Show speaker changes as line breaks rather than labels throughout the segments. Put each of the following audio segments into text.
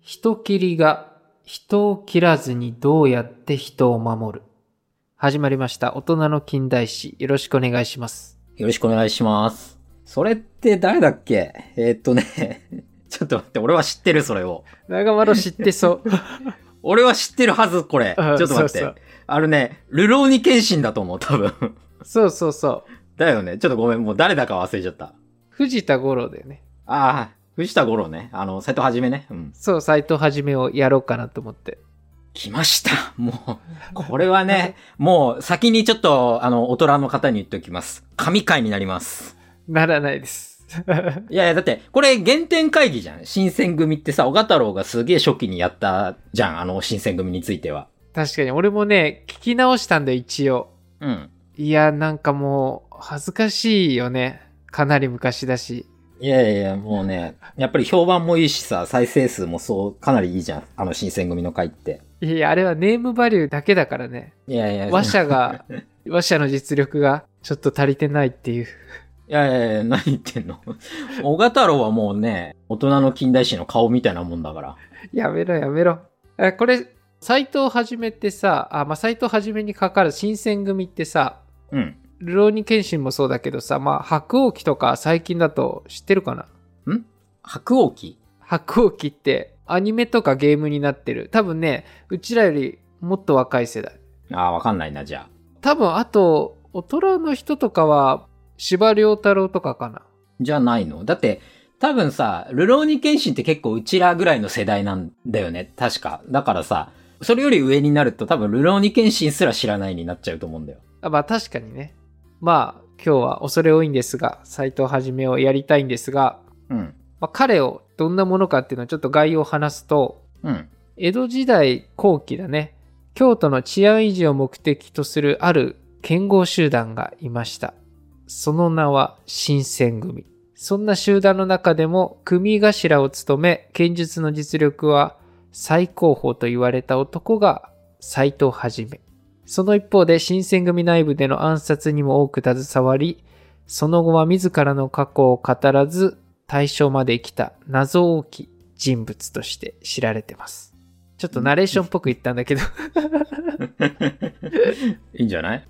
人斬りが人を切らずにどうやって人を守る。始まりました。大人の近代史。よろしくお願いします。
よろしくお願いします。それって誰だっけえーっとね、 ちょっと待って、俺は知ってる、それを。
長丸知ってそう。
俺は知ってるはず、これ。ちょっと待って。
そう
あのね、ルローニケンシンだと思う、多分。
そうそうそう。
だよね。ちょっとごめん、もう誰だか忘れちゃった。
藤田五郎だよね。
ああ、藤田五郎ね。あの、斎藤はじめね。うん。
そう、斎藤はじめをやろうかなと思って。
来ました。もう、これ はね、もう先にちょっと、あの、大人の方に言っておきます。神回になります。
ならないです。
いやいや、だって、これ原点会議じゃん。新選組ってさ、小太郎がすげえ初期にやったじゃん。あの、新選組については。
確かに、俺もね、聞き直したんだよ、一応。
うん。
いや、なんかもう、恥ずかしいよね。かなり昔だし。
いやいやいや、もうね、やっぱり評判もいいしさ、再生数もそう、かなりいいじゃん。あの、新選組の会って。
いやいや、あれはネームバリューだけだからね。
いやいや、
話者が、話者の実力がちょっと足りてないっていう。
いやいやいや、何言ってんの 小型郎はもうね、大人の近代史の顔みたいなもんだから。
やめろやめろ。えこれ、斎藤はじめってさ、あ、まあ、斎藤はじめにかかる新選組ってさ、
うん。
ルローニケンシンもそうだけどさ、まあ、白鸚記とか最近だと知ってるかな
白鸚記
白鸚記ってアニメとかゲームになってる。多分ね、うちらよりもっと若い世代。
ああ、わかんないな、じゃあ。
多分、あと、大人の人とかは、司馬遼太郎とかかな。
じゃないのだって、多分さ、ルローニケンシンって結構うちらぐらいの世代なんだよね。確か。だからさ、それより上になると多分ルローニケンシンすら知らないになっちゃうと思うんだよ。
あまあ確かにね。まあ今日は恐れ多いんですが、斎藤はじめをやりたいんですが、
うん。
まあ、彼をどんなものかっていうのをちょっと概要を話すと、
うん。
江戸時代後期だね、京都の治安維持を目的とするある剣豪集団がいました。その名は新選組。そんな集団の中でも組頭を務め、剣術の実力は最高峰と言われた男が斎藤はじめ。その一方で新選組内部での暗殺にも多く携わり、その後は自らの過去を語らず、大正まで生きた謎多き人物として知られてます。ちょっとナレーションっぽく言ったんだけど、
いいんじゃない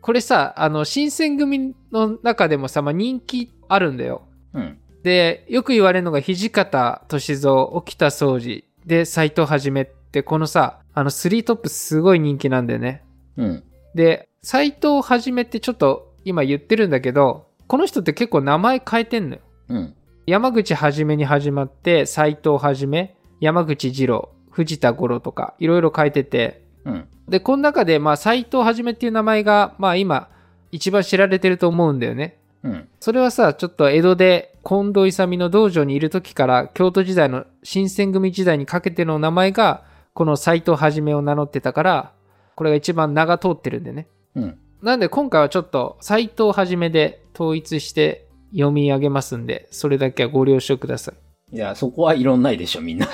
これさ、あの、新選組の中でもさ、まあ、人気あるんだよ。
うん。
で、よく言われるのが土方歳三、沖田総司、で、斎藤はじめって、このさ、あの、スリートップすごい人気なんだよね。
うん。
で、斎藤はじめってちょっと今言ってるんだけど、この人って結構名前変えてんのよ。
うん。
山口はじめに始まって、斎藤はじめ、山口二郎、藤田五郎とか、いろいろ変えてて、
うん。
で、この中で、まあ、斎藤はじめっていう名前が、まあ今、一番知られてると思うんだよね。
うん。
それはさ、ちょっと江戸で近藤勇の道場にいる時から京都時代の新選組時代にかけての名前がこの斎藤はじめを名乗ってたから、これが一番名が通ってるんでね。
うん。
なんで今回はちょっと斎藤はじめで統一して読み上げますんで、それだけはご了承ください。
いや、そこはいろんないでしょ、みんな。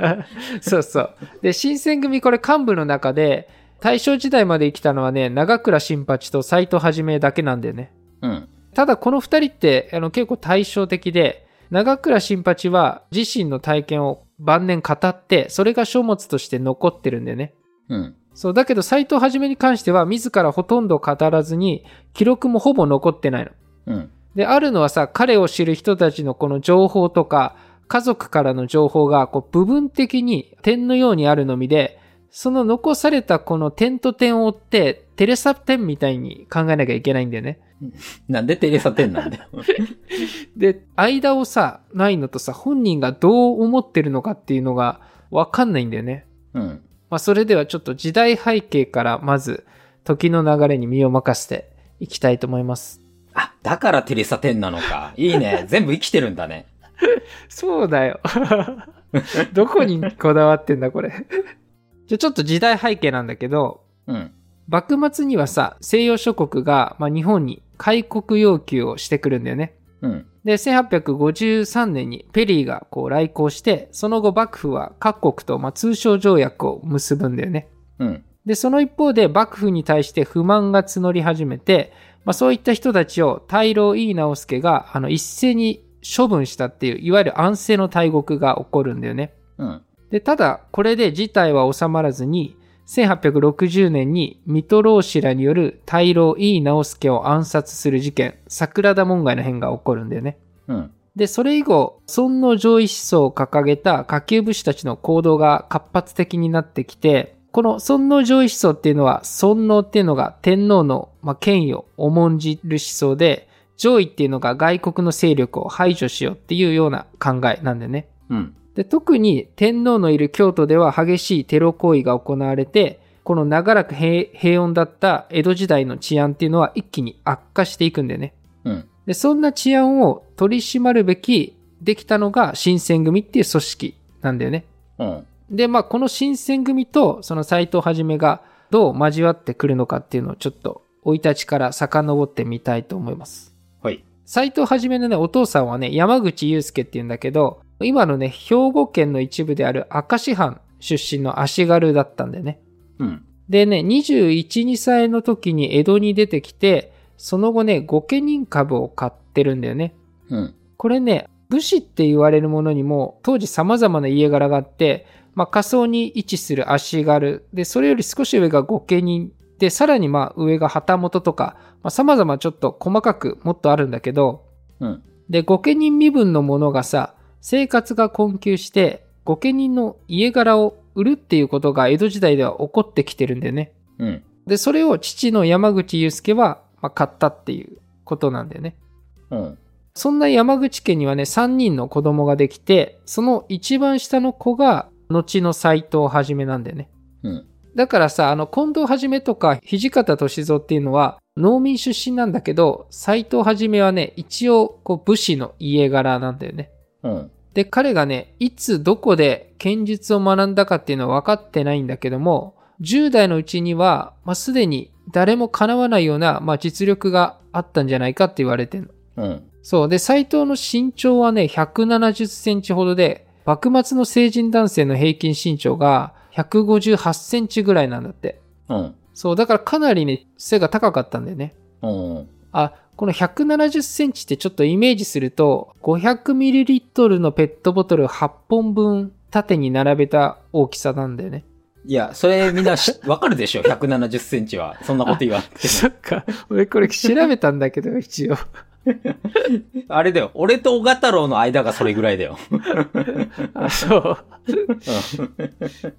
そうそう。で、新選組これ幹部の中で大正時代まで生きたのはね、長倉新八と斎藤はじめだけなんだよね。
うん。
ただこの二人ってあの結構対照的で長倉新八は自身の体験を晩年語ってそれが書物として残ってるんでね
うん。
そうだけど斎藤はじめに関しては自らほとんど語らずに記録もほぼ残ってないの
うん。
であるのはさ彼を知る人たちのこの情報とか家族からの情報がこう部分的に点のようにあるのみでその残されたこの点と点を追ってテレサ点みたいに考えなきゃいけないんだよね
なんでテレサテンなんだよ。
で、間をさ、ないのとさ、本人がどう思ってるのかっていうのがわかんないんだよね。
うん。
まあ、それではちょっと時代背景からまず、時の流れに身を任せていきたいと思います。
あ、だからテレサテンなのか。いいね。全部生きてるんだね。
そうだよ。 どこにこだわってんだ、これ。じゃ、ちょっと時代背景なんだけど、
うん。
幕末にはさ、西洋諸国が、まあ、日本に開国要求をしてくるんだよね。
うん。
で、1853年にペリーがこう来航して、その後幕府は各国とまあ通商条約を結ぶんだよね。
うん。
で、その一方で幕府に対して不満が募り始めて、まあ、そういった人たちを大老井伊直弼があの一斉に処分したっていう、いわゆる安政の大獄が起こるんだよね。
うん。
でで、ただ、これで事態は収まらずに、1860年に水戸老子らによる大老井伊直輔を暗殺する事件、桜田門外の変が起こるんだよね。
うん。
で、それ以後、尊王攘夷思想を掲げた下級武士たちの行動が活発的になってきて、この尊王攘夷思想っていうのは、尊王っていうのが天皇の、まあ、権威を重んじる思想で、攘夷っていうのが外国の勢力を排除しようっていうような考えなんだよね。
うん。
で特に天皇のいる京都では激しいテロ行為が行われてこの長らく平平穏だった江戸時代の治安っていうのは一気に悪化していくんでね
うん。
でそんな治安を取り締まるべきできたのが新選組っていう組織なんだよね
うん。
でまあこの新選組とその斎藤はじめがどう交わってくるのかっていうのをちょっと生い立ちから遡ってみたいと思います
はい。
斎藤はじめのね、お父さんはね、山口祐介っていうんだけど、今のね、兵庫県の一部である明石藩出身の足軽だったんだよね。
うん。
でね、21、2歳の時に江戸に出てきて、その後ね、御家人株を買ってるんだよね。
うん。
これね、武士って言われるものにも、当時様々な家柄があって、まあ、仮想に位置する足軽、で、それより少し上が御家人、で、さらにまあ上が旗本とか、まあ、様々ちょっと細かくもっとあるんだけど、
うん。
で、御家人身分の者がさ、生活が困窮して、御家人の家柄を売るっていうことが江戸時代では起こってきてるんでね。
うん。
で、それを父の山口祐介は、まあ、買ったっていうことなんだよね。
うん。
そんな山口家にはね、3人の子供ができて、その一番下の子が、後の斎藤はじめなんだよね。
うん。
だからさ、あの、近藤はじめとか土方歳三っていうのは農民出身なんだけど、斎藤はじめはね、一応、こう、武士の家柄なんだよね。
うん。
で、彼がね、いつどこで剣術を学んだかっていうのは分かってないんだけども、10代のうちには、まあ、すでに誰も叶わないような、まあ、実力があったんじゃないかって言われてるの。
うん。
そう。で、斎藤の身長はね、170センチほどで、幕末の成人男性の平均身長が158センチぐらいなんだって。
うん。
そう、だからかなりね、背が高かったんだよね。
うん。
あ、この170センチってちょっとイメージすると、500ml のペットボトル8本分縦に並べた大きさなんだよ ね。
いや、それみんなしわかるでしょ ?170 センチは。そんなこと言わなくて
っか。俺これ調べたんだけど、一応。
も。あれだよ。俺と小太郎の間がそれぐらいだよ。
あ、そう。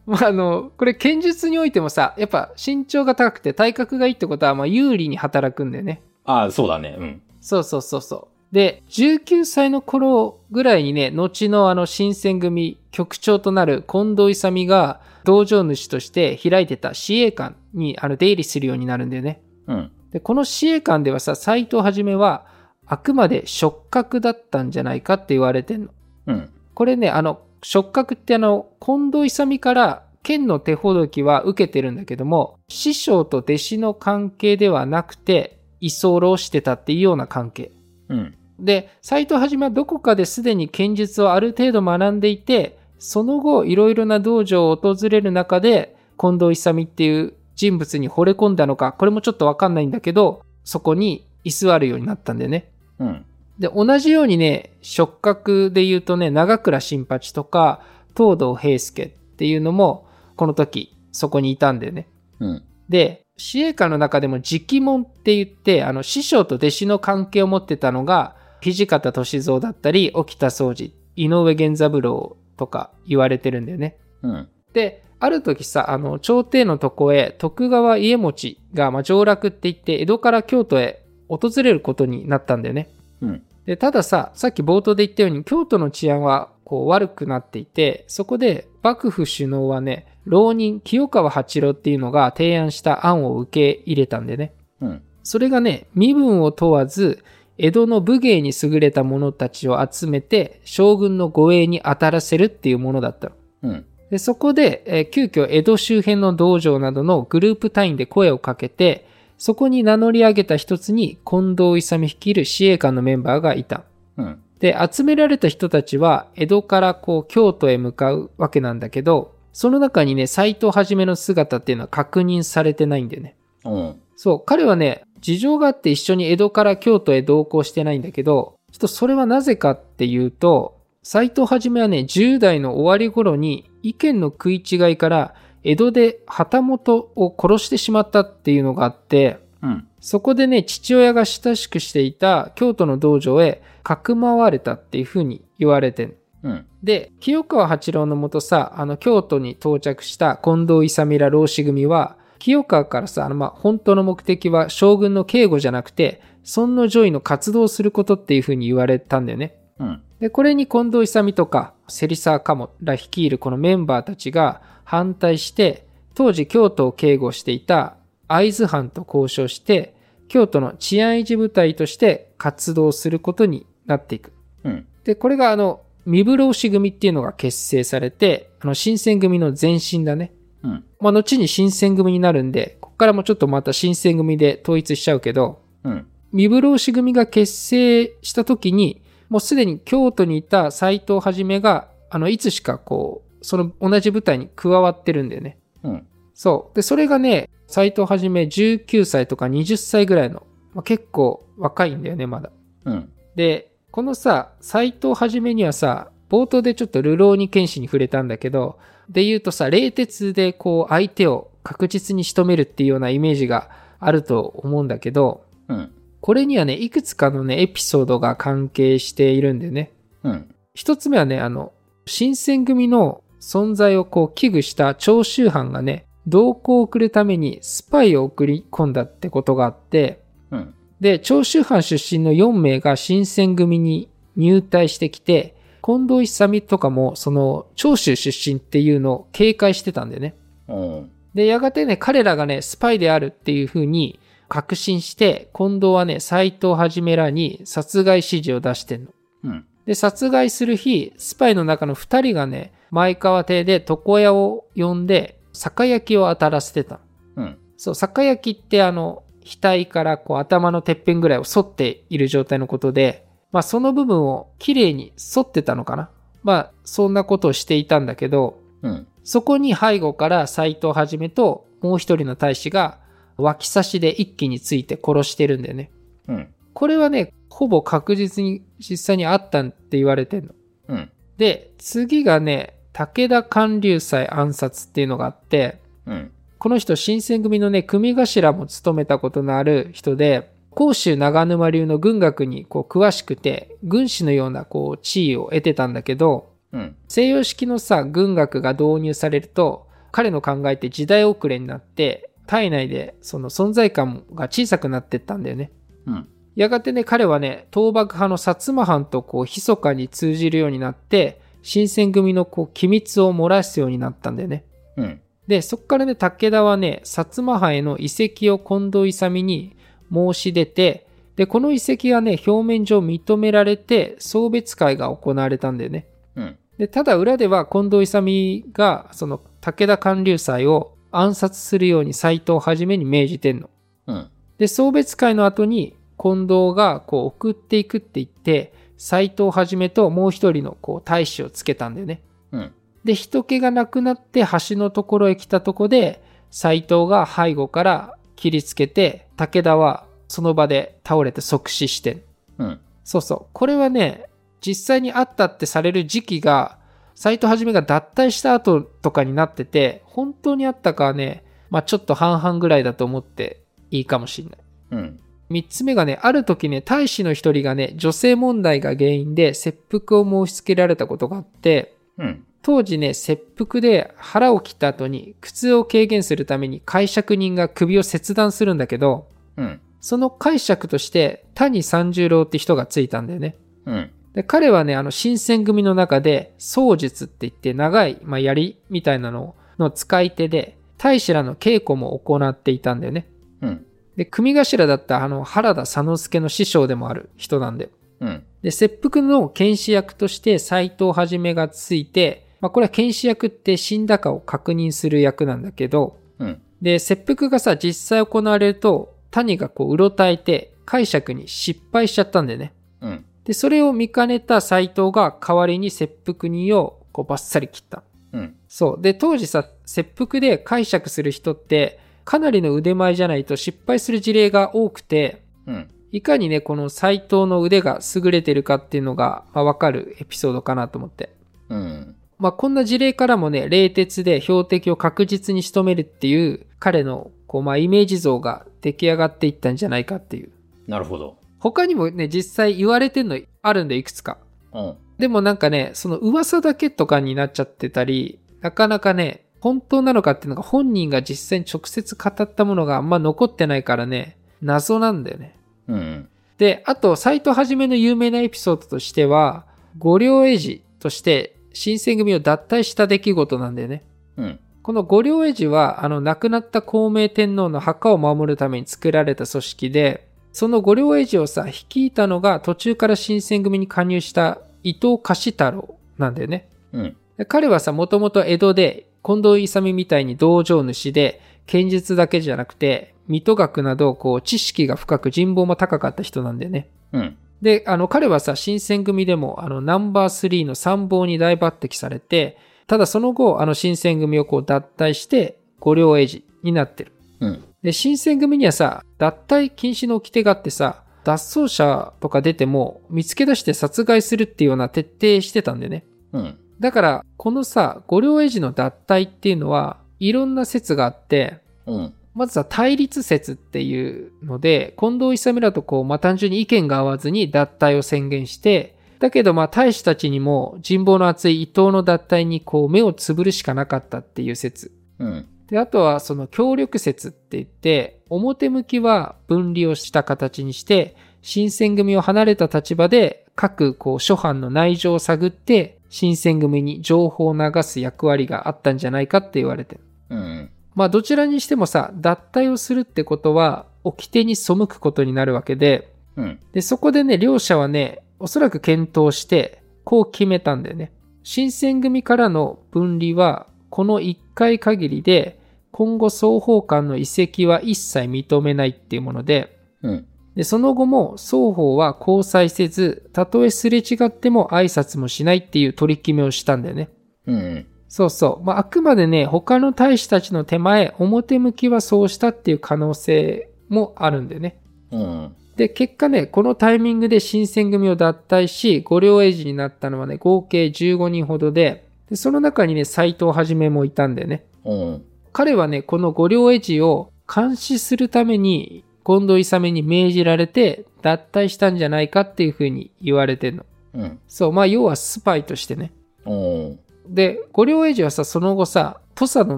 まあ、あの、これ剣術においてもさ、やっぱ身長が高くて体格がいいってことは、まあ、有利に働くんだよね。
ああ、そうだね。うん。
そうそうそうそう。で、19歳の頃ぐらいにね、後のあの新選組局長となる近藤勇が道場主として開いてた市営館にあの出入りするようになるんだよね。
うん。
で、この市営館ではさ、斎藤はじめはあくまで触覚だったんじゃないかって言われてんの。
うん。
これね、あの、触覚ってあの、近藤勇から剣の手ほどきは受けてるんだけども、師匠と弟子の関係ではなくて、居候してたっていうような関係。
うん。
で、斎藤はじめはどこかですでに剣術をある程度学んでいて、その後いろいろな道場を訪れる中で、近藤勇っていう人物に惚れ込んだのか、これもちょっとわかんないんだけど、そこに居座るようになったんだよね。
うん。
で、同じようにね、触覚で言うとね、長倉新八とか、東堂平介っていうのも、この時、そこにいたんだよね。
うん。
で、司令官の中でも直門って言って、あの、師匠と弟子の関係を持ってたのが、土方歳三だったり、沖田総司、井上源三郎とか言われてるんだよね。
うん。
で、ある時さ、あの、朝廷のとこへ、徳川家持が、まあ、上洛って言って、江戸から京都へ訪れることになったんだよね。
うん。
で、たださ、さっき冒頭で言ったように、京都の治安は、こう、悪くなっていて、そこで、幕府首脳はね、浪人、清川八郎っていうのが提案した案を受け入れたんでね。
うん。
それがね、身分を問わず、江戸の武芸に優れた者たちを集めて、将軍の護衛に当たらせるっていうものだったの。
うん。
でそこで、えー急遽江戸周辺の道場などのグループ隊員で声をかけて、そこに名乗り上げた一つに近藤勇率いる司令官のメンバーがいた。
うん。
で、集められた人たちは江戸からこう京都へ向かうわけなんだけど、その中にね、斎藤はじめの姿っていうのは確認されてないんだよね。
うん。
そう、彼はね、事情があって一緒に江戸から京都へ同行してないんだけど、ちょっとそれはなぜかっていうと、斎藤はじめはね、10代の終わり頃に意見の食い違いから江戸で旗本を殺してしまったっていうのがあって
うん。
そこでね父親が親しくしていた京都の道場へかくまわれたっていうふうに言われてん
うん。
で清川八郎のもとさあの京都に到着した近藤勇ら浪士組は清川からさあの、まあ、本当の目的は将軍の警護じゃなくて尊の攘夷の活動をすることっていうふうに言われたんだよね。
うん。
でこれに近藤勇とか芹沢鴨ら率いるこのメンバーたちが反対して当時京都を警護していた会津藩と交渉して京都の治安維持部隊として活動することになっていく。
うん。
でこれがあの三風浪士組っていうのが結成されてあの新選組の前身だね。
うん。
まあ、後に新選組になるんでここからもちょっとまた新選組で統一しちゃうけど
うん。
三風浪士組が結成した時にもうすでに京都にいた斎藤はじめがあのいつしかこうその同じ部隊に加わってるんだよね
うん。
そうでそれがね斎藤はじめ19歳とか20歳ぐらいの、まあ、結構若いんだよねまだ
うん。
でこのさ斎藤はじめにはさ冒頭でちょっと流浪に剣士に触れたんだけどで言うとさ冷徹でこう相手を確実に仕留めるっていうようなイメージがあると思うんだけど
うん。
これにはね、いくつかのね、エピソードが関係しているんでね。
うん。
一つ目はね、あの、新選組の存在をこう危惧した長州藩がね、同行を送るためにスパイを送り込んだってことがあって、
うん。
で、長州藩出身の4名が新選組に入隊してきて、近藤勇とかもその長州出身っていうのを警戒してたんだよね。
おう
で、やがてね、彼らがね、スパイであるっていう風に確信して、近藤はね、斎藤はじめらに殺害指示を出してんの。
うん。
で、殺害する日、スパイの中の二人がね、前川邸で床屋を呼んで、酒焼きを当たらせてたの。
うん。
そう、酒焼きってあの、額からこう頭のてっぺんぐらいを反っている状態のことで、まあその部分をきれいに反ってたのかな。まあそんなことをしていたんだけど、
うん。
そこに背後から斎藤はじめともう一人の大使が脇差しで一気について殺してるんだよね。
うん。
これはね、ほぼ確実に実際にあったんって言われてんの。
うん。
で、次がね、武田官流祭暗殺っていうのがあって、
うん。
この人新選組のね、組頭も務めたことのある人で、甲州長沼流の軍学にこう詳しくて、軍師のようなこう地位を得てたんだけど、
うん。
西洋式のさ軍学が導入されると彼の考えって時代遅れになって体内でその存在感が小さくなってったんだよね
うん。
やがてね彼はね倒幕派の薩摩藩とこう密かに通じるようになって新選組のこう機密を漏らすようになったんだよね
うん。
でそこからね武田はね薩摩藩への移籍を近藤勇に申し出てでこの移籍がね表面上認められて送別会が行われたんだよね
うん。
でただ裏では近藤勇がその武田官流祭を暗殺するように斎藤はじめに命じてんの。
うん。
で送別会の後に近藤がこう送っていくって言って斎藤はじめともう一人のこう大使をつけたんだよね。
うん。
で人気がなくなって橋のところへ来たとこで斎藤が背後から切りつけて武田はその場で倒れて即死してん
うん。
そうそう。これはね、実際にあったってされる時期が、斎藤はじめが脱退した後とかになってて、本当にあったかはね、まあちょっと半々ぐらいだと思っていいかもしんない。
うん。
三つ目がね、ある時ね、大使の一人がね、女性問題が原因で切腹を申し付けられたことがあって、
うん。
当時ね、切腹で腹を切った後に苦痛を軽減するために解釈人が首を切断するんだけど、
うん。
その解釈として谷三十郎って人がついたんだよね。
うん。
で彼はね、あの、新選組の中で、槍術って言って、長い、まあ、槍みたいなのの使い手で、大使らの稽古も行っていたんだよね。
うん。
で、組頭だった、あの、原田佐之助の師匠でもある人なんだよ。
うん。
で、切腹の剣士役として、斎藤はじめがついて、まあ、これは剣士役って死んだかを確認する役なんだけど、
うん。
で、切腹がさ、実際行われると、谷がこう、うろたえて、解釈に失敗しちゃったんだよね。
うん。
で、それを見かねた斎藤が代わりに切腹人をこうバッサリ切った。
うん。
そう。で、当時さ、切腹で解釈する人って、かなりの腕前じゃないと失敗する事例が多くて、
うん。
いかにね、この斎藤の腕が優れてるかっていうのが、まあわかるエピソードかなと思って。
うん。
まあ、こんな事例からもね、冷徹で標的を確実に仕留めるっていう彼のこう、まあ、イメージ像が出来上がっていったんじゃないかっていう。
なるほど。
他にもね、実際言われてんのあるんで、いくつか。
うん。
でもなんかね、その噂だけとかになっちゃってたり、なかなかね、本当なのかっていうのが本人が実際に直接語ったものがあんま残ってないからね、謎なんだよね。
うんうん。
で、あと、斎藤はじめの有名なエピソードとしては、五両英治として新選組を脱退した出来事なんだよね。
うん。
この五両英治は、あの、亡くなった孔明天皇の墓を守るために作られた組織で、その五両英治をさ、率いたのが途中から新選組に加入した伊藤貸太郎なんだよね。
うん。
で彼はさ、もともと江戸で、近藤勇みたいに道場主で、剣術だけじゃなくて、水戸学など、こう、知識が深く人望も高かった人なんだよね。
うん。
で、あの、彼はさ、新選組でも、あの、ナンバー3の参謀に大抜擢されて、ただその後、あの、新選組をこう、脱退して、五両英治になってる。
うん。
で、新選組にはさ、脱退禁止の掟があってさ、脱走者とか出ても、見つけ出して殺害するっていうような徹底してたんだよね。
うん。
だから、このさ、五両英治の脱退っていうのは、いろんな説があって、
うん。
まずは対立説っていうので、近藤勇らとこう、まあ、単純に意見が合わずに脱退を宣言して、だけどまあ、大使たちにも人望の厚い伊藤の脱退にこう、目をつぶるしかなかったっていう説。
うん。
で、あとはその協力説って言って、表向きは分離をした形にして、新選組を離れた立場で、各こう諸藩の内情を探って、新選組に情報を流す役割があったんじゃないかって言われてる。
うん。
まあどちらにしてもさ、脱退をするってことは、掟に背くことになるわけで、
うん。
で、そこでね、両者はね、おそらく検討して、こう決めたんだよね。新選組からの分離は、この1回限りで、今後双方間の移籍は一切認めないっていうもので、
うん。
で、その後も双方は交際せず、たとえすれ違っても挨拶もしないっていう取り決めをしたんだよね。
うん。
そうそう。まあ、あくまでね、他の大使たちの手前、表向きはそうしたっていう可能性もあるんだよね。
うん。
で、結果ね、このタイミングで新選組を脱退し、五両英治になったのはね、合計15人ほどで、でその中にね、斎藤はじめもいたんだよね。
うん。
彼はね、この五両英治を監視するために、近藤勇に命じられて、脱退したんじゃないかっていうふうに言われてんの。
うん。
そう、まあ、要はスパイとしてね。
うん。
で、五両英治はさ、その後さ、土佐の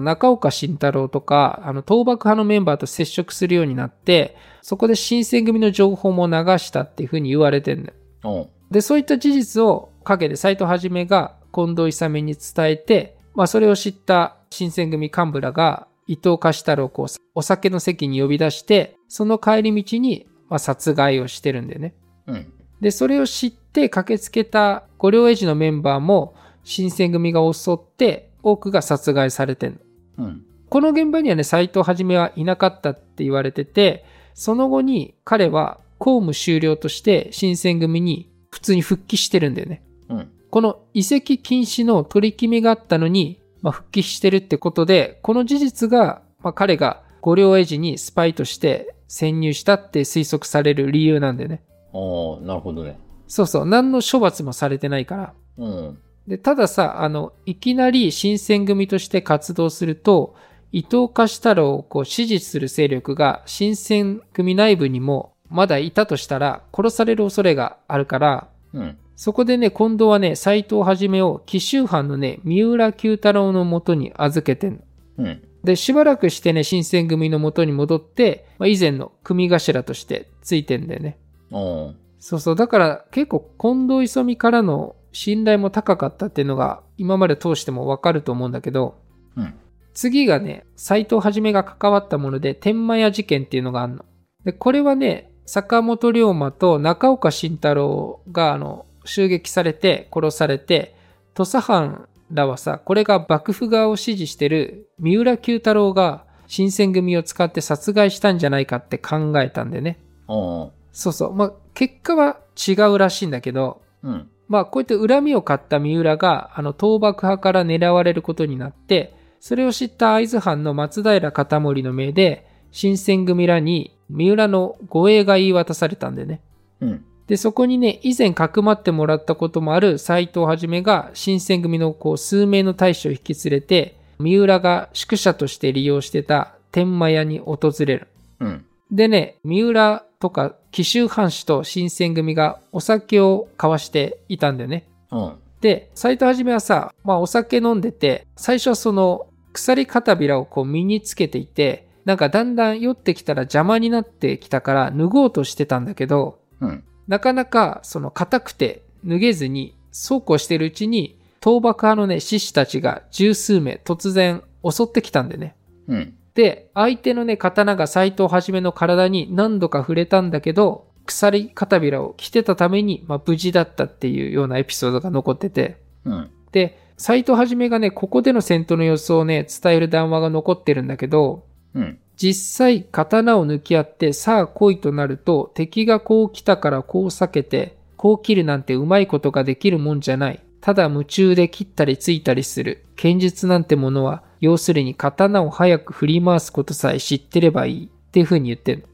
中岡慎太郎とか、あの、倒幕派のメンバーと接触するようになって、そこで新選組の情報も流したっていうふうに言われてんだよ。
うん。
で、そういった事実を陰で斎藤はじめが近藤勇に伝えて、まあ、それを知った新選組幹部らが、伊藤貸太郎をこうお酒の席に呼び出して、その帰り道に、まあ、殺害をしてるんだよね。
うん。
で、それを知って駆けつけた五両英治のメンバーも新選組が襲って多くが殺害されてんの。
うん。
この現場にはね、斎藤はじめはいなかったって言われてて、その後に彼は公務終了として新選組に普通に復帰してるんだよね。
うん。
この移籍禁止の取り決めがあったのに、まあ、復帰してるってことで、この事実が、まあ、彼が五両英治にスパイとして潜入したって推測される理由なんだよね。
ああ、なるほどね。
そうそう、何の処罰もされてないから。
うん。
で、たださ、あの、いきなり新選組として活動すると、伊藤貸太郎をこう支持する勢力が新選組内部にもまだいたとしたら殺される恐れがあるから、
うん。
そこでね、今度はね、斎藤はじめを紀州藩のね、三浦九太郎のもとに預けてんの
うん。
で、しばらくしてね、新選組のもとに戻って、まあ、以前の組頭としてついてんだよね。
うん。
そうそう。だから結構近藤勇からの信頼も高かったっていうのが今まで通してもわかると思うんだけど、
うん
次がね、斎藤はじめが関わったもので、天満屋事件っていうのがあるの。で、これはね、坂本龍馬と中岡慎太郎があの襲撃されて殺されて、土佐藩らはさ、これが幕府側を支持してる三浦九太郎が新選組を使って殺害したんじゃないかって考えたんでね。
うん。
そうそう。まあ、結果は違うらしいんだけど、
うん。
まあ、こうやって恨みを買った三浦が、あの、倒幕派から狙われることになって、それを知った会津藩の松平片盛の命で、新選組らに三浦の護衛が言い渡されたんでね。
うん。
で、そこにね、以前かくまってもらったこともある斎藤はじめが、新選組のこう数名の大使を引き連れて、三浦が宿舎として利用してた天満屋に訪れる。
うん。
でね、三浦とか紀州藩士と新選組がお酒を交わしていたんだよね。
うん。
で、斎藤はじめはさ、まあお酒飲んでて、最初はその鎖片びらをこう身につけていて、なんかだんだん酔ってきたら邪魔になってきたから脱ごうとしてたんだけど、
うん。
なかなかその硬くて脱げずに、そうこうしてるうちに、倒幕派のね、志士たちが十数名突然襲ってきたんでね。
うん。
で、相手のね、刀が斎藤はじめの体に何度か触れたんだけど、鎖片びらを着てたために、まあ、無事だったっていうようなエピソードが残ってて、
うん。
で、斎藤はじめがね、ここでの戦闘の様子をね、伝える談話が残ってるんだけど、
うん。
実際、刀を抜き合って、さあ来いとなると、敵がこう来たからこう避けて、こう切るなんてうまいことができるもんじゃない。ただ夢中で切ったりついたりする。剣術なんてものは、要するに刀を早く振り回すことさえ知ってればいい。っていう風に言ってる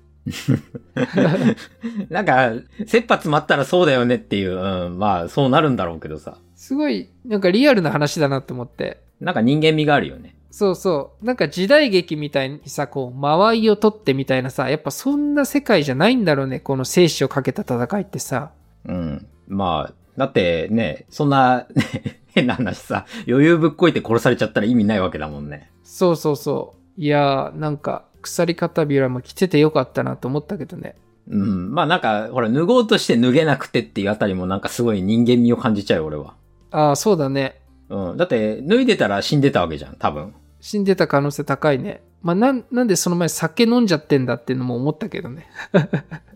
なんか、切羽詰まったらそうだよねっていう、うん、まあ、そうなるんだろうけどさ。
すごい、なんかリアルな話だなと思って。
なんか人間味があるよね。
そうそう。なんか時代劇みたいにさ、こう、間合いを取ってみたいなさ、やっぱそんな世界じゃないんだろうね。この生死をかけた戦いってさ。
うん。まあ、だってね、そんな、 ね、変な話さ、余裕ぶっこいて殺されちゃったら意味ないわけだもんね。
そうそうそう。いやー、なんか、鎖片びらも着ててよかったなと思ったけどね。
うん。まあなんか、ほら、脱ごうとして脱げなくてっていうあたりもなんかすごい人間味を感じちゃうよ、俺は。
ああ、そうだね。
うん。だって、脱いでたら死んでたわけじゃん、多分。
死んでた可能性高いね。まあ、なん、なんでその前酒飲んじゃってんだっていうのも思ったけどね。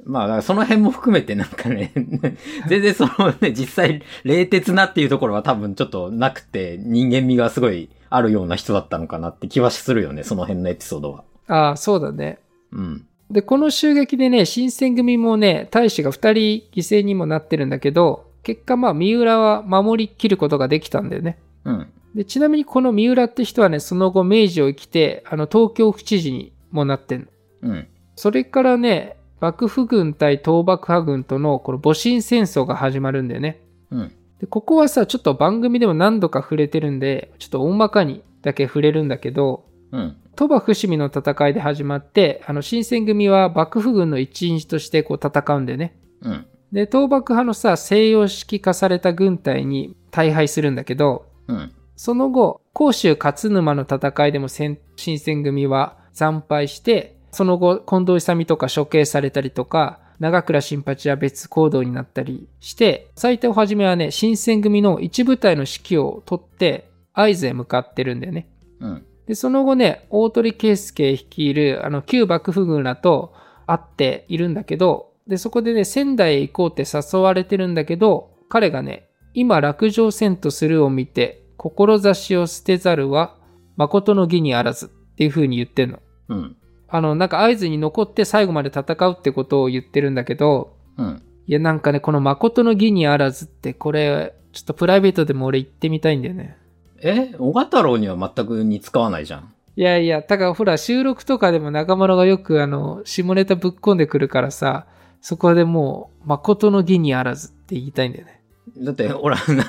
まあ、だからその辺も含めてなんかね、 全然そのね、実際、冷徹なっていうところは多分ちょっとなくて、人間味がすごいあるような人だったのかなって気はするよね、その辺のエピソードは。
ああ、そうだね。
うん。
で、この襲撃でね、新選組もね、大使が2人犠牲にもなってるんだけど、結果まあ、三浦は守りきることができたんだよね。
うん。
で、ちなみにこの三浦って人はね、その後明治を生きて、あの、東京府知事にもなってんの。
うん。
それからね、幕府軍対倒幕派軍とのこの戊辰戦争が始まるんだよね。
うん。
で、ここはさ、ちょっと番組でも何度か触れてるんで、ちょっと大まかにだけ触れるんだけど、
うん。
鳥羽伏見の戦いで始まって、あの、新選組は幕府軍の一員としてこう戦うんだよね。
うん。
で、倒幕派のさ、西洋式化された軍隊に大敗するんだけど、
うん。
その後、甲州勝沼の戦いでも戦新選組は惨敗して、その後、近藤勇とか処刑されたりとか、長倉新八は別行動になったりして、斎藤はじめはね、新選組の一部隊の指揮を取って、合図へ向かってるんだよね。
うん。
で、その後ね、大鳥圭介率いる、あの、旧幕府軍らと会っているんだけど、で、そこでね、仙台へ行こうって誘われてるんだけど、彼がね、今落城せんとするを見て、志を捨てざるは、誠の義にあらずっていう風に言ってんの。
うん。
あの、なんか合図に残って最後まで戦うってことを言ってるんだけど、
うん。
いや、なんかね、この誠の義にあらずって、これ、ちょっとプライベートでも俺行ってみたいんだよね。
え小賀太郎には全く似つかわないじゃん。
いやいや、だからほら、収録とかでも中村がよくあの、下ネタぶっ込んでくるからさ、そこでもう、誠の義にあらずって言いたいんだよね。
だって、ほら、 な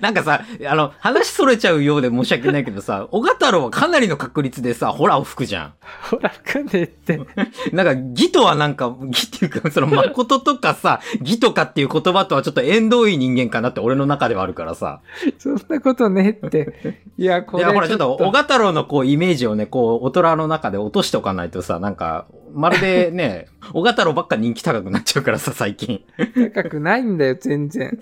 なんかさ、あの、話それちゃうようで申し訳ないけどさ、小賀太郎はかなりの確率でさ、ホラーを吹くじゃん。
ほら、含んでって。
なんか、義とはなんか、義っていうか、その、誠とかさ、義とかっていう言葉とはちょっと縁遠い人間かなって俺の中ではあるからさ。
そんなことねって。いや、こ
い
れ
や、ほら、ちょっと、小賀太郎のこう、イメージをね、こう、大人の中で落としておかないとさ、なんか、まるでね、小賀太郎ばっか人気高くなっちゃうからさ、最近。
高くないんだよ、全然。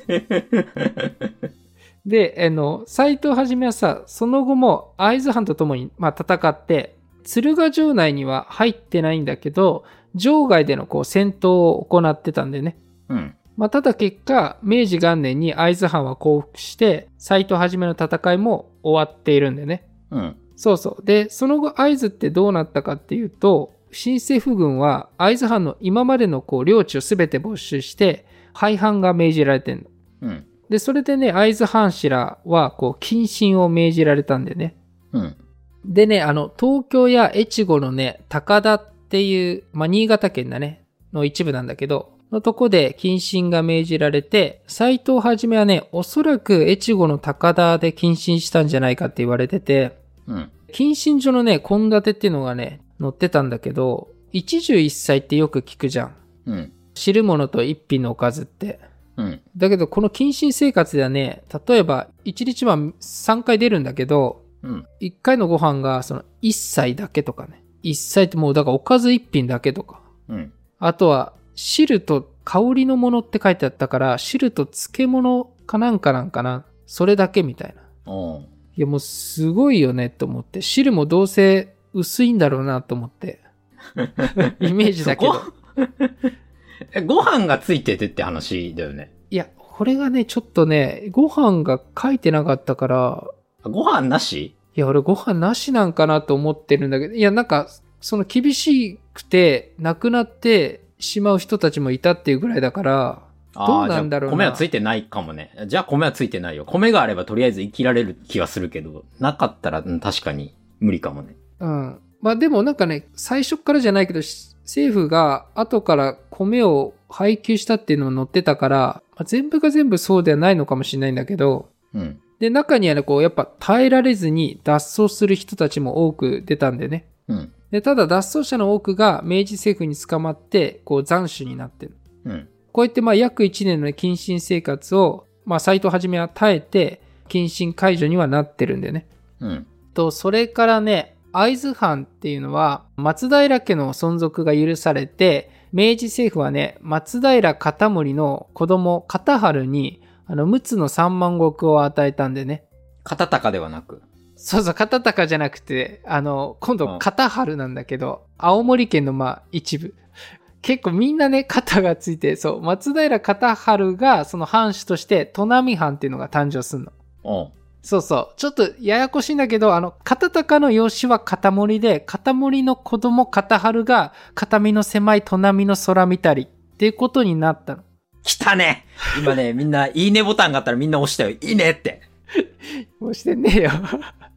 で、あの、斎藤はじめはさ、その後も会津藩と共に、まあ、戦って、鶴ヶ城内には入ってないんだけど、城外でのこう戦闘を行ってたんだよね。
うん。
まあ、ただ結果、明治元年に会津藩は降伏して、斎藤はじめの戦いも終わっているんでね。
うん。
そうそう。で、その後会津ってどうなったかっていうと、新政府軍は会津藩の今までのこう領地を全て没収して、廃藩が命じられてんの。
うん。
で、それでね、会津藩士らは、こう、謹慎を命じられたんでね。
うん。
でね、あの、東京や越後のね、高田っていう、まあ、新潟県だね、の一部なんだけど、のとこで謹慎が命じられて、斎藤はじめはね、おそらく越後の高田で謹慎したんじゃないかって言われてて、
うん。
謹慎所のね、献立っていうのがね、載ってたんだけど、一汁一菜ってよく聞くじゃん。
うん。
汁物と一品のおかずって。
うん。
だけど、この謹慎生活ではね、例えば、一日は3回出るんだけど、
うん。
1回のご飯が、その、1歳だけとかね。1歳ってもう、だからおかず1品だけとか。
うん。
あとは、汁と香りのものって書いてあったから、汁と漬物かなんかなんかな。それだけみたいな。
おう
いや、もうすごいよねと思って。汁もどうせ薄いんだろうなと思って。イメージだけど
そ。こえご飯がついててって話だよね。
いや、これがね、ちょっとね、ご飯が書いてなかったから、
ご飯なし
いや、俺ご飯なしなんかなと思ってるんだけど、いや、なんか、その厳しくて、亡くなってしまう人たちもいたっていうぐらいだから、
あー
どうなんだろうな
じゃあ米はついてないかもね。じゃあ米はついてないよ。米があればとりあえず生きられる気がするけど、なかったら、うん確かに無理かもね。
うん。まあでもなんかね、最初っからじゃないけど、し政府が後から米を配給したっていうのも載ってたから、まあ全部が全部そうではないのかもしれないんだけど、
うん。
で、中にはね、こう、やっぱ耐えられずに脱走する人たちも多く出たんでね。
うん。
で、ただ脱走者の多くが明治政府に捕まって、こう、斬首になってる。
うん。
こうやってまあ約1年のね謹慎生活を、まあ斎藤はじめは耐えて、謹慎解除にはなってるんだよね。
うん。
と、それからね、会津藩っていうのは、松平家の存続が許されて、明治政府はね、松平片盛の子供、片春に、あの、陸奥の三万石を与えたんでね。
片高ではなく。
そうそう、片高じゃなくて、あの、今
う
度、
ん
片春なんだけど、青森県の、まあ、一部。結構みんなね、肩がついて、そう、松平片春が、その藩主として、砺波藩っていうのが誕生すんの。
おう
そうそう。ちょっとややこしいんだけど、あの、片高の養子は片森で、片森の子供片春が、片身の狭い砺波の空見たり、っていうことになったの。
来たね今ね、みんな、いいねボタンがあったらみんな押したよ。いいねって。
もうしてねえよ。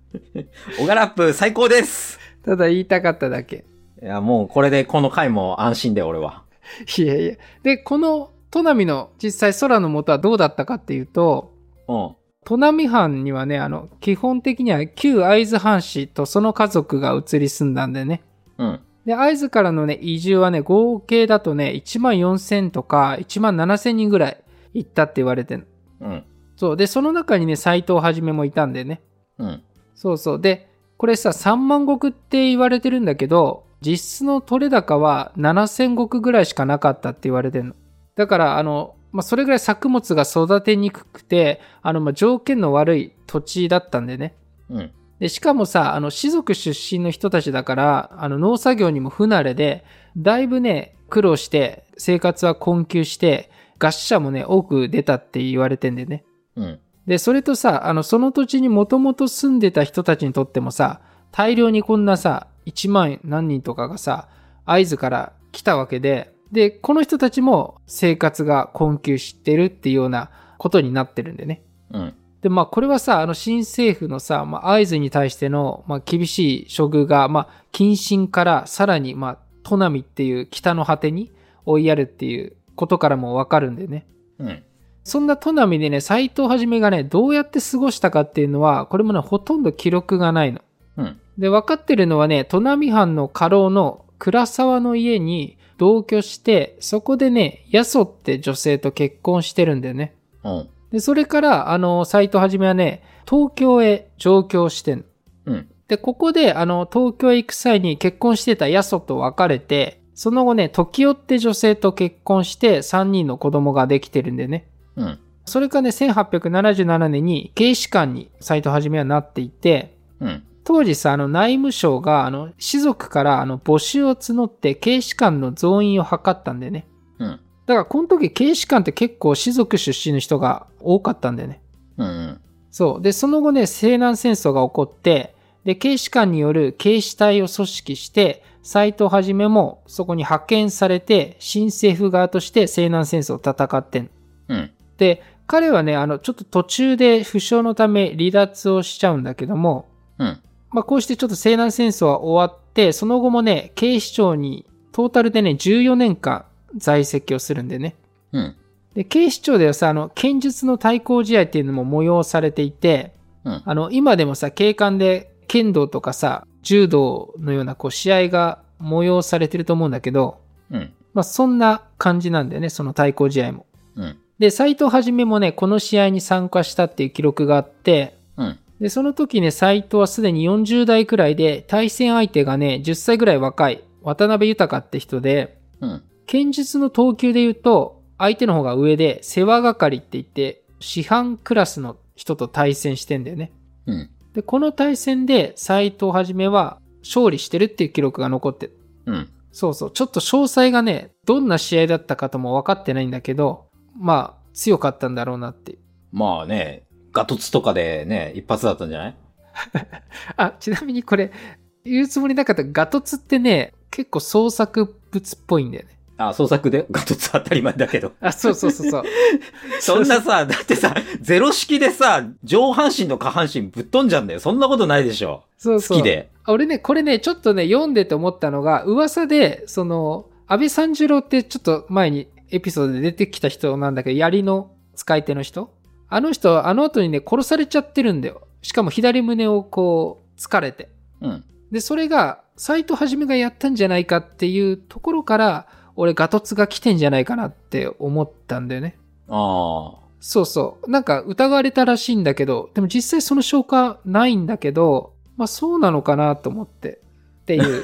オガラップ最高です
ただ言いたかっただけ。
いや、もうこれでこの回も安心だよ、俺は。
いやいや。で、この、砺波の実際空の下はどうだったかっていうと、
うん。
砺波藩にはね、あの、基本的には旧会津藩士とその家族が移り住んだんでね。
うん。
で、会津からのね、移住はね、合計だとね、1万4000とか1万7000人ぐらい行ったって言われてる。
うん。
そう。で、その中にね、斎藤はじめもいたんでね。
うん。
そうそう。で、これさ、3万石って言われてるんだけど、実質の取れ高は7000石ぐらいしかなかったって言われてるの。だから、あの、まあ、それぐらい作物が育てにくくて、あの、まあ、条件の悪い土地だったんでね。
うん。
で、しかもさ、あの、士族出身の人たちだから、あの、農作業にも不慣れで、だいぶね、苦労して、生活は困窮して、餓死者もね、多く出たって言われてんでね。
うん。
で、それとさ、あの、その土地にもともと住んでた人たちにとってもさ、大量にこんなさ、1万何人とかがさ、会津から来たわけで、で、この人たちも生活が困窮してるっていうようなことになってるんでね。
うん。
で、まあ、これはさ、あの、新政府のさ、まあ、会津に対しての、まあ、厳しい処遇が、まあ、謹慎から、さらに、まあ、都波っていう北の果てに追いやるっていうことからもわかるんでね。
うん。
そんな都波でね、斎藤はじめがね、どうやって過ごしたかっていうのは、これもね、ほとんど記録がないの。
うん。
で、分かってるのはね、都波藩の家老の倉沢の家に同居して、そこでね、ヤソって女性と結婚してるんだよね。
うん。
で、それから、あの、斎藤はじめはね、東京へ上京してんの
うん。
で、ここで、あの、東京へ行く際に結婚してたヤソと別れて、その後ね、時折って女性と結婚して、3人の子供ができてるんだよね。
うん。
それがね、1877年に警視官に斎藤はじめはなっていて、
うん。
当時さ、あの内務省が、あの、士族から、あの、募集を募って警視官の増員を図ったんでね。
うん。
だから、この時警視官って結構士族出身の人が多かったんだよね。
うん。
そう。で、その後ね、西南戦争が起こって、で、警視官による警視隊を組織して、斎藤はじめもそこに派遣されて、新政府側として西南戦争を戦ってんの
うん。
で、彼はね、あの、ちょっと途中で負傷のため離脱をしちゃうんだけども、
うん。
まあ、こうしてちょっと西南戦争は終わって、その後もね、警視庁にトータルでね、14年間在籍をするんでね。
うん。
で、警視庁ではさ、あの、剣術の対抗試合っていうのも催されていて、
うん。
あの、今でもさ、警官で剣道とかさ、柔道のようなこう試合が催されてると思うんだけど、
うん。
まあそんな感じなんだよね、その対抗試合も。
うん。
で、斎藤はじめもね、この試合に参加したっていう記録があって、
うん。
で、その時ね、斎藤はすでに40代くらいで、対戦相手がね、10歳くらい若い、渡辺豊って人で、
うん。
剣術の等級で言うと、相手の方が上で、世話係って言って、師範クラスの人と対戦してんだよね。
うん。
で、この対戦で斎藤はじめは勝利してるっていう記録が残ってる。
うん。
そうそう。ちょっと詳細がね、どんな試合だったかとも分かってないんだけど、まあ、強かったんだろうなっていう。
まあね、ガトツとかでね、一発だったんじゃない
あ、ちなみにこれ、言うつもりなかったガトツってね、結構創作物っぽいんだよね。
あ、創作でガトツ当たり前だけど。
あ、そうそうそう そう。
そんなさ、だってさ、ゼロ式でさ、上半身と下半身ぶっ飛んじゃうんだよ。そんなことないでしょ。
そう
好
そう
きで。
俺ね、これね、ちょっとね、読んでて思ったのが、噂で、その、安倍三十郎ってちょっと前にエピソードで出てきた人なんだけど、槍の使い手の人あの人、あの後にね、殺されちゃってるんだよ。しかも左胸をこう、疲れて。
うん。
で、それが、斎藤はじめがやったんじゃないかっていうところから、俺、ガトツが来てんじゃないかなって思ったんだよね。
ああ。
そうそう。なんか疑われたらしいんだけど、でも実際その証拠ないんだけど、まあそうなのかなと思って。っていう。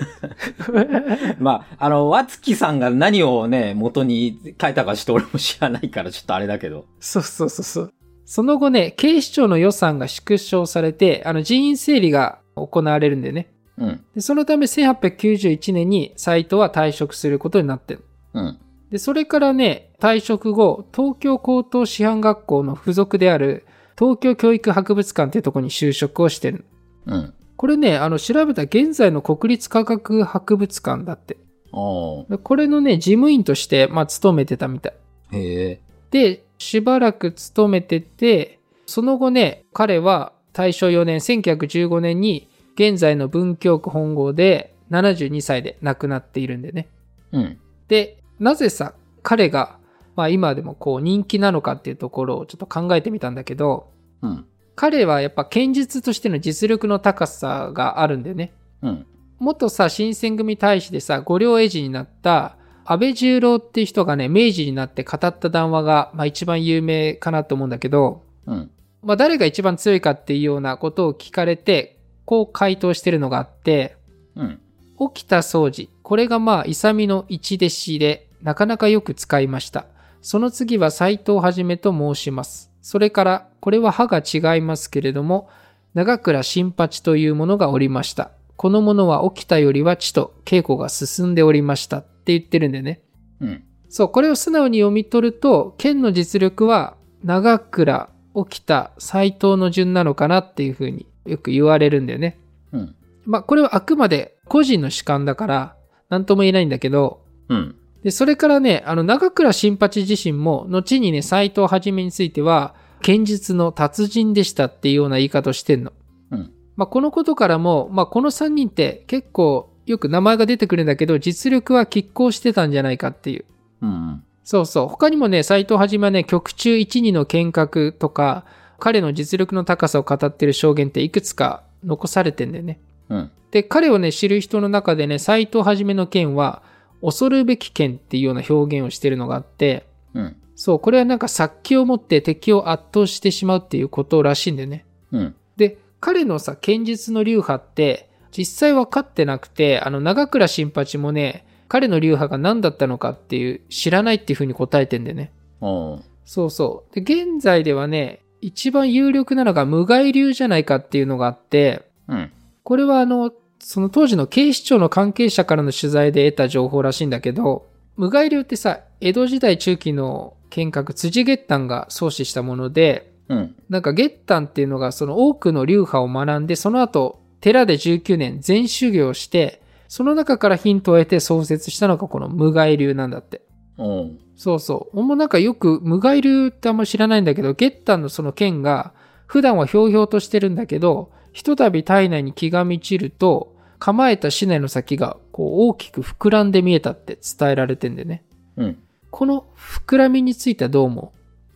まあ、あの、和月さんが何をね、元に書いたかちょっと俺も知らないから、ちょっとあれだけど。
そうそうそうそう。その後ね、警視庁の予算が縮小されて、あの人員整理が行われるんでね。
うん。
でそのため1891年に斎藤は退職することになってる。
うん。
で、それからね、退職後、東京高等師範学校の付属である東京教育博物館っていうところに就職をしてる。
うん。
これね、あの、調べた現在の国立科学博物館だって。
あ
でこれのね、事務員として、まあ、勤めてたみたい。
あ。へえ。
で、しばらく勤めてて、その後ね、彼は大正4年、1915年に、現在の文京区本郷で、72歳で亡くなっているんでね。
うん。
で、なぜさ、彼が、まあ、今でもこう、人気なのかっていうところをちょっと考えてみたんだけど、
うん。
彼はやっぱ剣術としての実力の高さがあるんでね。
うん。
元さ、新選組大使でさ、五両英治になった、安倍十郎っていう人がね、明治になって語った談話が、まあ一番有名かなと思うんだけど、
うん。
まあ誰が一番強いかっていうようなことを聞かれて、こう回答してるのがあって、
うん。
沖田総司。これがまあ、勇の一弟子で、なかなかよく使いました。その次は斎藤はじめと申します。それから、これは歯が違いますけれども、長倉新八というものがおりました。このものは沖田よりは地と稽古が進んでおりましたって言ってるんでね。
うん。
そう、これを素直に読み取ると、剣の実力は長倉、沖田、斎藤の順なのかなっていうふうによく言われるんだよね。
うん。
まあ、これはあくまで個人の主観だから、なんとも言えないんだけど、
うん。
で、それからね、あの、長倉新八自身も、後にね、斎藤はじめについては、剣術の達人でしたっていうような言い方をしてんの。
うん
まあ、このことからも、まあ、この3人って結構よく名前が出てくるんだけど、実力は拮抗してたんじゃないかっていう。
うん。
そうそう。他にもね、斎藤はじめはね、曲中1、2の見学とか、彼の実力の高さを語ってる証言っていくつか残されてんだよね。
うん。
で、彼をね、知る人の中でね、斎藤はじめの剣は、恐るべき剣っていうような表現をしてるのがあって、
うん。
そう、これはなんか殺気を持って敵を圧倒してしまうっていうことらしいんだよね。
うん。
で、彼のさ、剣術の流派って、実際分かってなくて、あの、長倉新八もね、彼の流派が何だったのかっていう、知らないっていうふうに答えてんだよね。
おー
そうそう。で、現在ではね、一番有力なのが無害流じゃないかっていうのがあって、
うん。
これはあの、その当時の警視庁の関係者からの取材で得た情報らしいんだけど、無害流ってさ、江戸時代中期の剣閣辻月丹が創始したもので、
うん。
なんか月丹っていうのがその多くの流派を学んで、その後、寺で19年全修行をして、その中からヒントを得て創設したのがこの無害流なんだって。
おー
そうそう。俺もなんかよく、無害流ってあんま知らないんだけど、ゲッタンのその剣が、普段はひょうひょうとしてるんだけど、ひとたび体内に気が満ちると、構えた竹内の先が、こう大きく膨らんで見えたって伝えられてんでね。
うん。
この膨らみについてはどう思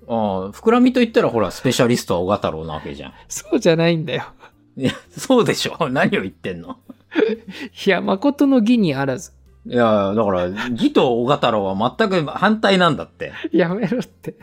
う
ああ、膨らみと言ったらほら、スペシャリストは小賀太郎なわけじゃん。
そうじゃないんだよ。
いや、そうでしょ 何を言ってんの
いや、誠の義にあらず。
いや、だから、義と小賀太郎は全く反対なんだって。
やめろ って。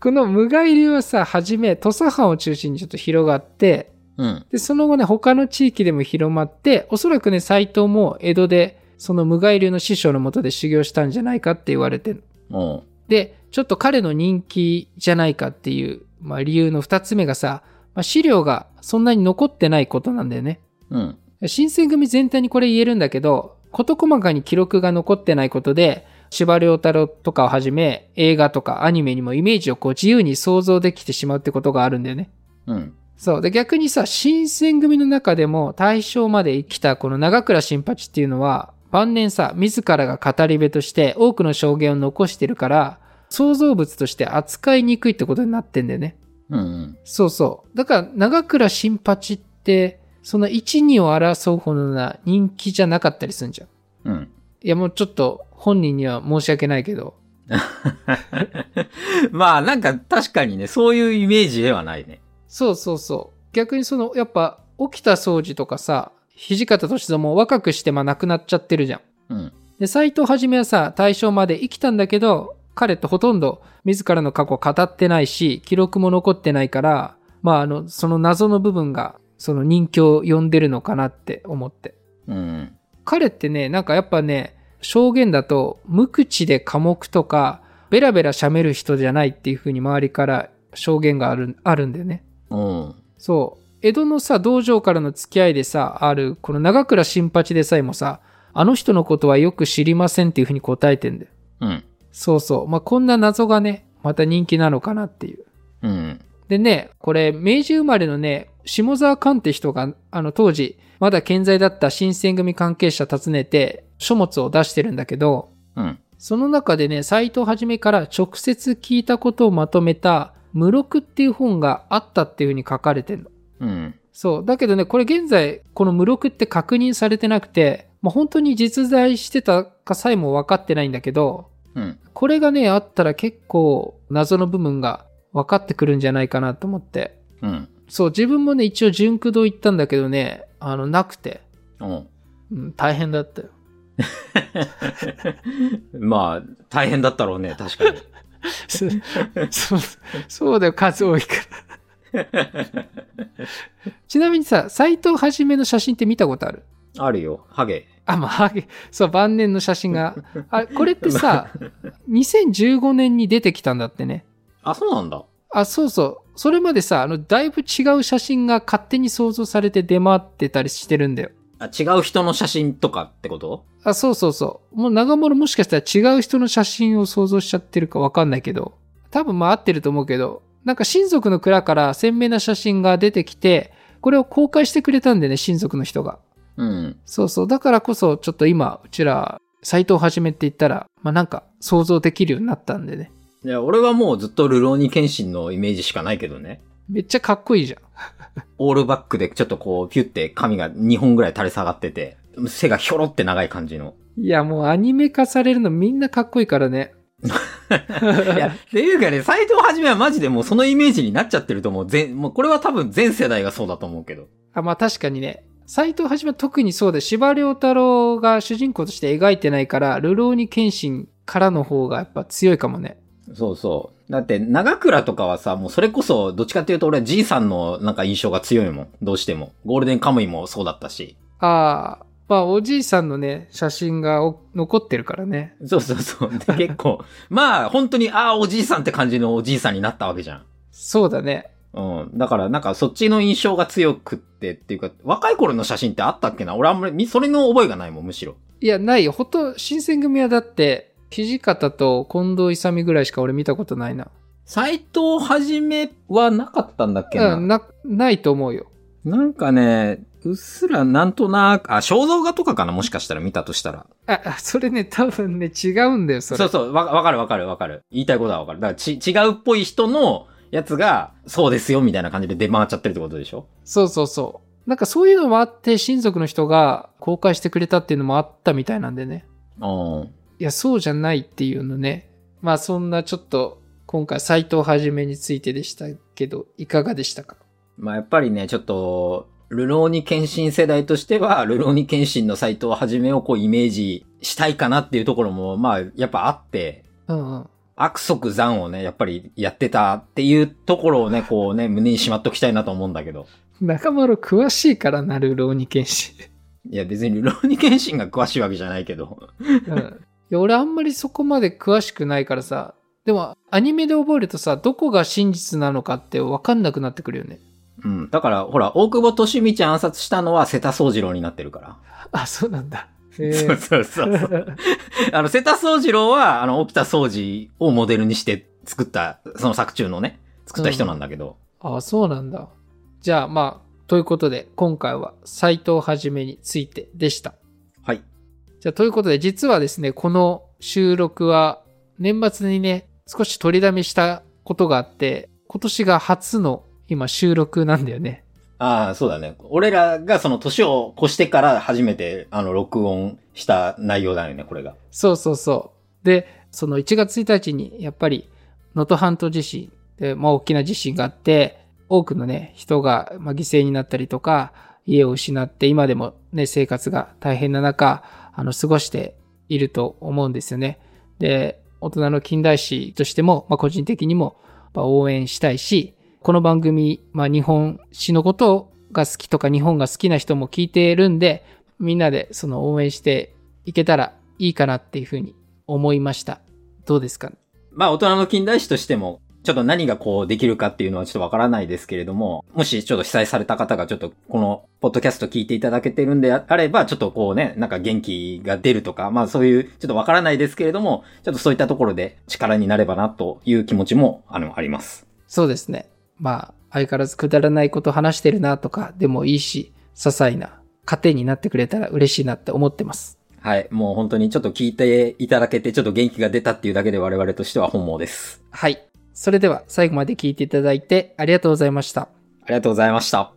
この無害流はさ、はじめ、土佐藩を中心にちょっと広がって、
うん。
で、その後ね、他の地域でも広まって、おそらくね、斎藤も江戸で、その無害流の師匠のもとで修行したんじゃないかって言われてる。
うん。
で、ちょっと彼の人気じゃないかっていう、まあ理由の二つ目がさ、まあ、資料がそんなに残ってないことなんだよね。
うん。
新選組全体にこれ言えるんだけど、事細かに記録が残ってないことで、司馬遼太郎とかをはじめ、映画とかアニメにもイメージをこう自由に想像できてしまうってことがあるんだよね。
うん。
そう。で、逆にさ、新選組の中でも大正まで生きたこの長倉新八っていうのは、晩年さ、自らが語り部として多くの証言を残してるから、想像物として扱いにくいってことになってんだよね。
うん。うん。
そうそう。だから、長倉新八って、その1、2を争うほどな人気じゃなかったりするんじゃん。
うん。
いや、もうちょっと本人には申し訳ないけど。
まあ、なんか確かにね、そういうイメージではないね。
そうそうそう。逆にその、やっぱ、沖田総司とかさ、土方歳三も若くしてまあ亡くなっちゃってるじゃん。
うん。
で、斎藤はじめはさ、大正まで生きたんだけど、彼ってほとんど自らの過去を語ってないし、記録も残ってないから、まあ、あの、その謎の部分が、その人気を呼んでるのかなって思って。
うん。
彼ってね、なんかやっぱね、証言だと、無口で寡黙とか、ベラベラ喋る人じゃないっていう風に周りから証言がある、あるんだよね。
うん。
そう。江戸のさ、道場からの付き合いでさ、ある、この長倉新八でさえもさ、あの人のことはよく知りませんっていう風に答えてんだよ。
うん。
そうそう。まあ、こんな謎がね、また人気なのかなっていう。
うん。
でね、これ、明治生まれのね、下沢寛って人が、あの、当時、まだ健在だった新選組関係者訪ねて、書物を出してるんだけど、
うん。
その中でね、斎藤はじめから直接聞いたことをまとめた、無録っていう本があったっていうふうに書かれてるの。
うん。
そう。だけどね、これ現在、この無録って確認されてなくて、まあ、本当に実在してたかさえも分かってないんだけど、
うん。
これがね、あったら結構謎の部分が分かってくるんじゃないかなと思って。
うん。
そう、自分もね、一応純駆堂行ったんだけどね、あの、なくて。
うん。
うん、大変だったよ。
まあ、大変だったろうね、確かに。
そそう、そうだよ、数多いから。ちなみにさ、斎藤はじめの写真って見たことある
あるよ、ハゲ。
あ、まあハゲ、そう、晩年の写真が。あ、これってさ、2015年に出てきたんだってね。
あ、そうなんだ。
あ、そうそう。それまでさ、あの、だいぶ違う写真が勝手に想像されて出回ってたりしてるんだよ。
あ、違う人の写真とかってこと
あ、そうそうそう。もう長物もしかしたら違う人の写真を想像しちゃってるかわかんないけど、多分まあ合ってると思うけど、なんか親族の蔵から鮮明な写真が出てきて、これを公開してくれたんでね、親族の人が。
うん。
そうそう。だからこそ、ちょっと今、うちら、斎藤はじめって言ったら、まあなんか想像できるようになったんでね。
いや、俺はもうずっとルローニケンシンのイメージしかないけどね。
めっちゃかっこいいじゃん。
オールバックでちょっとこう、ピュって髪が2本ぐらい垂れ下がってて、背がひょろって長い感じの。
いや、もうアニメ化されるのみんなかっこいいから ね。
いや、っていうかね、斎藤はじめはマジでもうそのイメージになっちゃってると思う。全、もうこれは多分全世代がそうだと思うけど。
あ、まあ確かにね。斎藤はじめ特にそうで、司馬遼太郎が主人公として描いてないから、流浪に謙信からの方がやっぱ強いかもね。
そうそう。だって、長倉とかはさ、もうそれこそ、どっちかっていうと俺はじいさんのなんか印象が強いもん。どうしても。ゴールデンカムイもそうだったし。
ああ、まあおじいさんのね、写真がお残ってるからね。
そうそう そう。で結構、まあ、本当に、ああ、おじいさんって感じのおじいさんになったわけじゃん。
そうだね。
うん。だから、なんか、そっちの印象が強くってっていうか、若い頃の写真ってあったっけな俺あんまりみ、それの覚えがないもん、むしろ。
いや、ないよ。ほと、新選組はだって、土方と近藤勇ぐらいしか俺見たことないな。
斎藤はじめはなかったんだっけな、
うん、な、ないと思うよ。
なんかね、うっすらなんとなく、あ、肖像画とかかなもしかしたら見たとしたら。
あ、あそれね、多分ね、違うんだよ、そ
そ
れ。
うそう、わわかるわかるわかる。言いたいことはわかる。だからち、違うっぽい人のやつが、そうですよ、みたいな感じで出回っちゃってるってことでしょ
そうそうそう。なんかそういうのもあって、親族の人が公開してくれたっていうのもあったみたいなんでね。
うん。
いや、そうじゃないっていうのね。まあそんなちょっと今回斎藤はじめについてでしたけど、いかがでしたか
まあやっぱりね、ちょっと、ルローニケンシン世代としては、ルローニケンシンの斎藤はじめをこうイメージしたいかなっていうところも、まあやっぱあって、
うんうん。
悪即残をね、やっぱりやってたっていうところをね、こうね、胸にしまっときたいなと思うんだけど。
中丸詳しいからなる浪人剣士。
いや別にルローニケンシンが詳しいわけじゃないけど。
うん。いや、俺あんまりそこまで詳しくないからさ、でもアニメで覚えるとさ、どこが真実なのかってわかんなくなってくるよね。
うん。だから、ほら、大久保利美ちゃん暗殺したのは瀬田宗次郎になってるから。
あ、そうなんだ。
そうそうそうそう。あの、瀬田宗次郎は、あの、沖田総司をモデルにして作った、その作中のね、作った人なんだけど。
あ、そうなんだ。じゃあまあ、ということで今回は斎藤はじめについてでした。
はい。
じゃあ、ということで、実はですね、この収録は、年末にね、少し取りだめしたことがあって、今年が初の今収録なんだよね。
ああ、そうだね。俺らがその年を越してから初めて、あの、録音した内容だよね、これが。
そうそうそう。で、その1月1日に、やっぱり、能登半島地震で、まあ大きな地震があって、多くのね、人が、まあ、犠牲になったりとか、家を失って、今でもね、生活が大変な中、あの、過ごしていると思うんですよね。で、大人の近代史としても、まあ個人的にも、まあ応援したいし、この番組、まあ日本史のことが好きとか、日本が好きな人も聞いてるんで、みんなでその応援していけたらいいかなっていうふうに思いました。どうですか
まあ、大人の近代史としても、ちょっと何がこうできるかっていうのはちょっとわからないですけれども、もしちょっと被災された方がちょっとこのポッドキャスト聞いていただけてるんであれば、ちょっとこうね、なんか元気が出るとか、まあそういうちょっとわからないですけれども、ちょっとそういったところで力になればなという気持ちも、あの、あります。
そうですね。まあ、相変わらずくだらないこと話してるなとかでもいいし、些細な糧になってくれたら嬉しいなって思ってます。
はい。もう本当にちょっと聞いていただけて、ちょっと元気が出たっていうだけで我々としては本望です。
はい。それでは最後まで聞いていただいてありがとうございました。
ありがとうございました。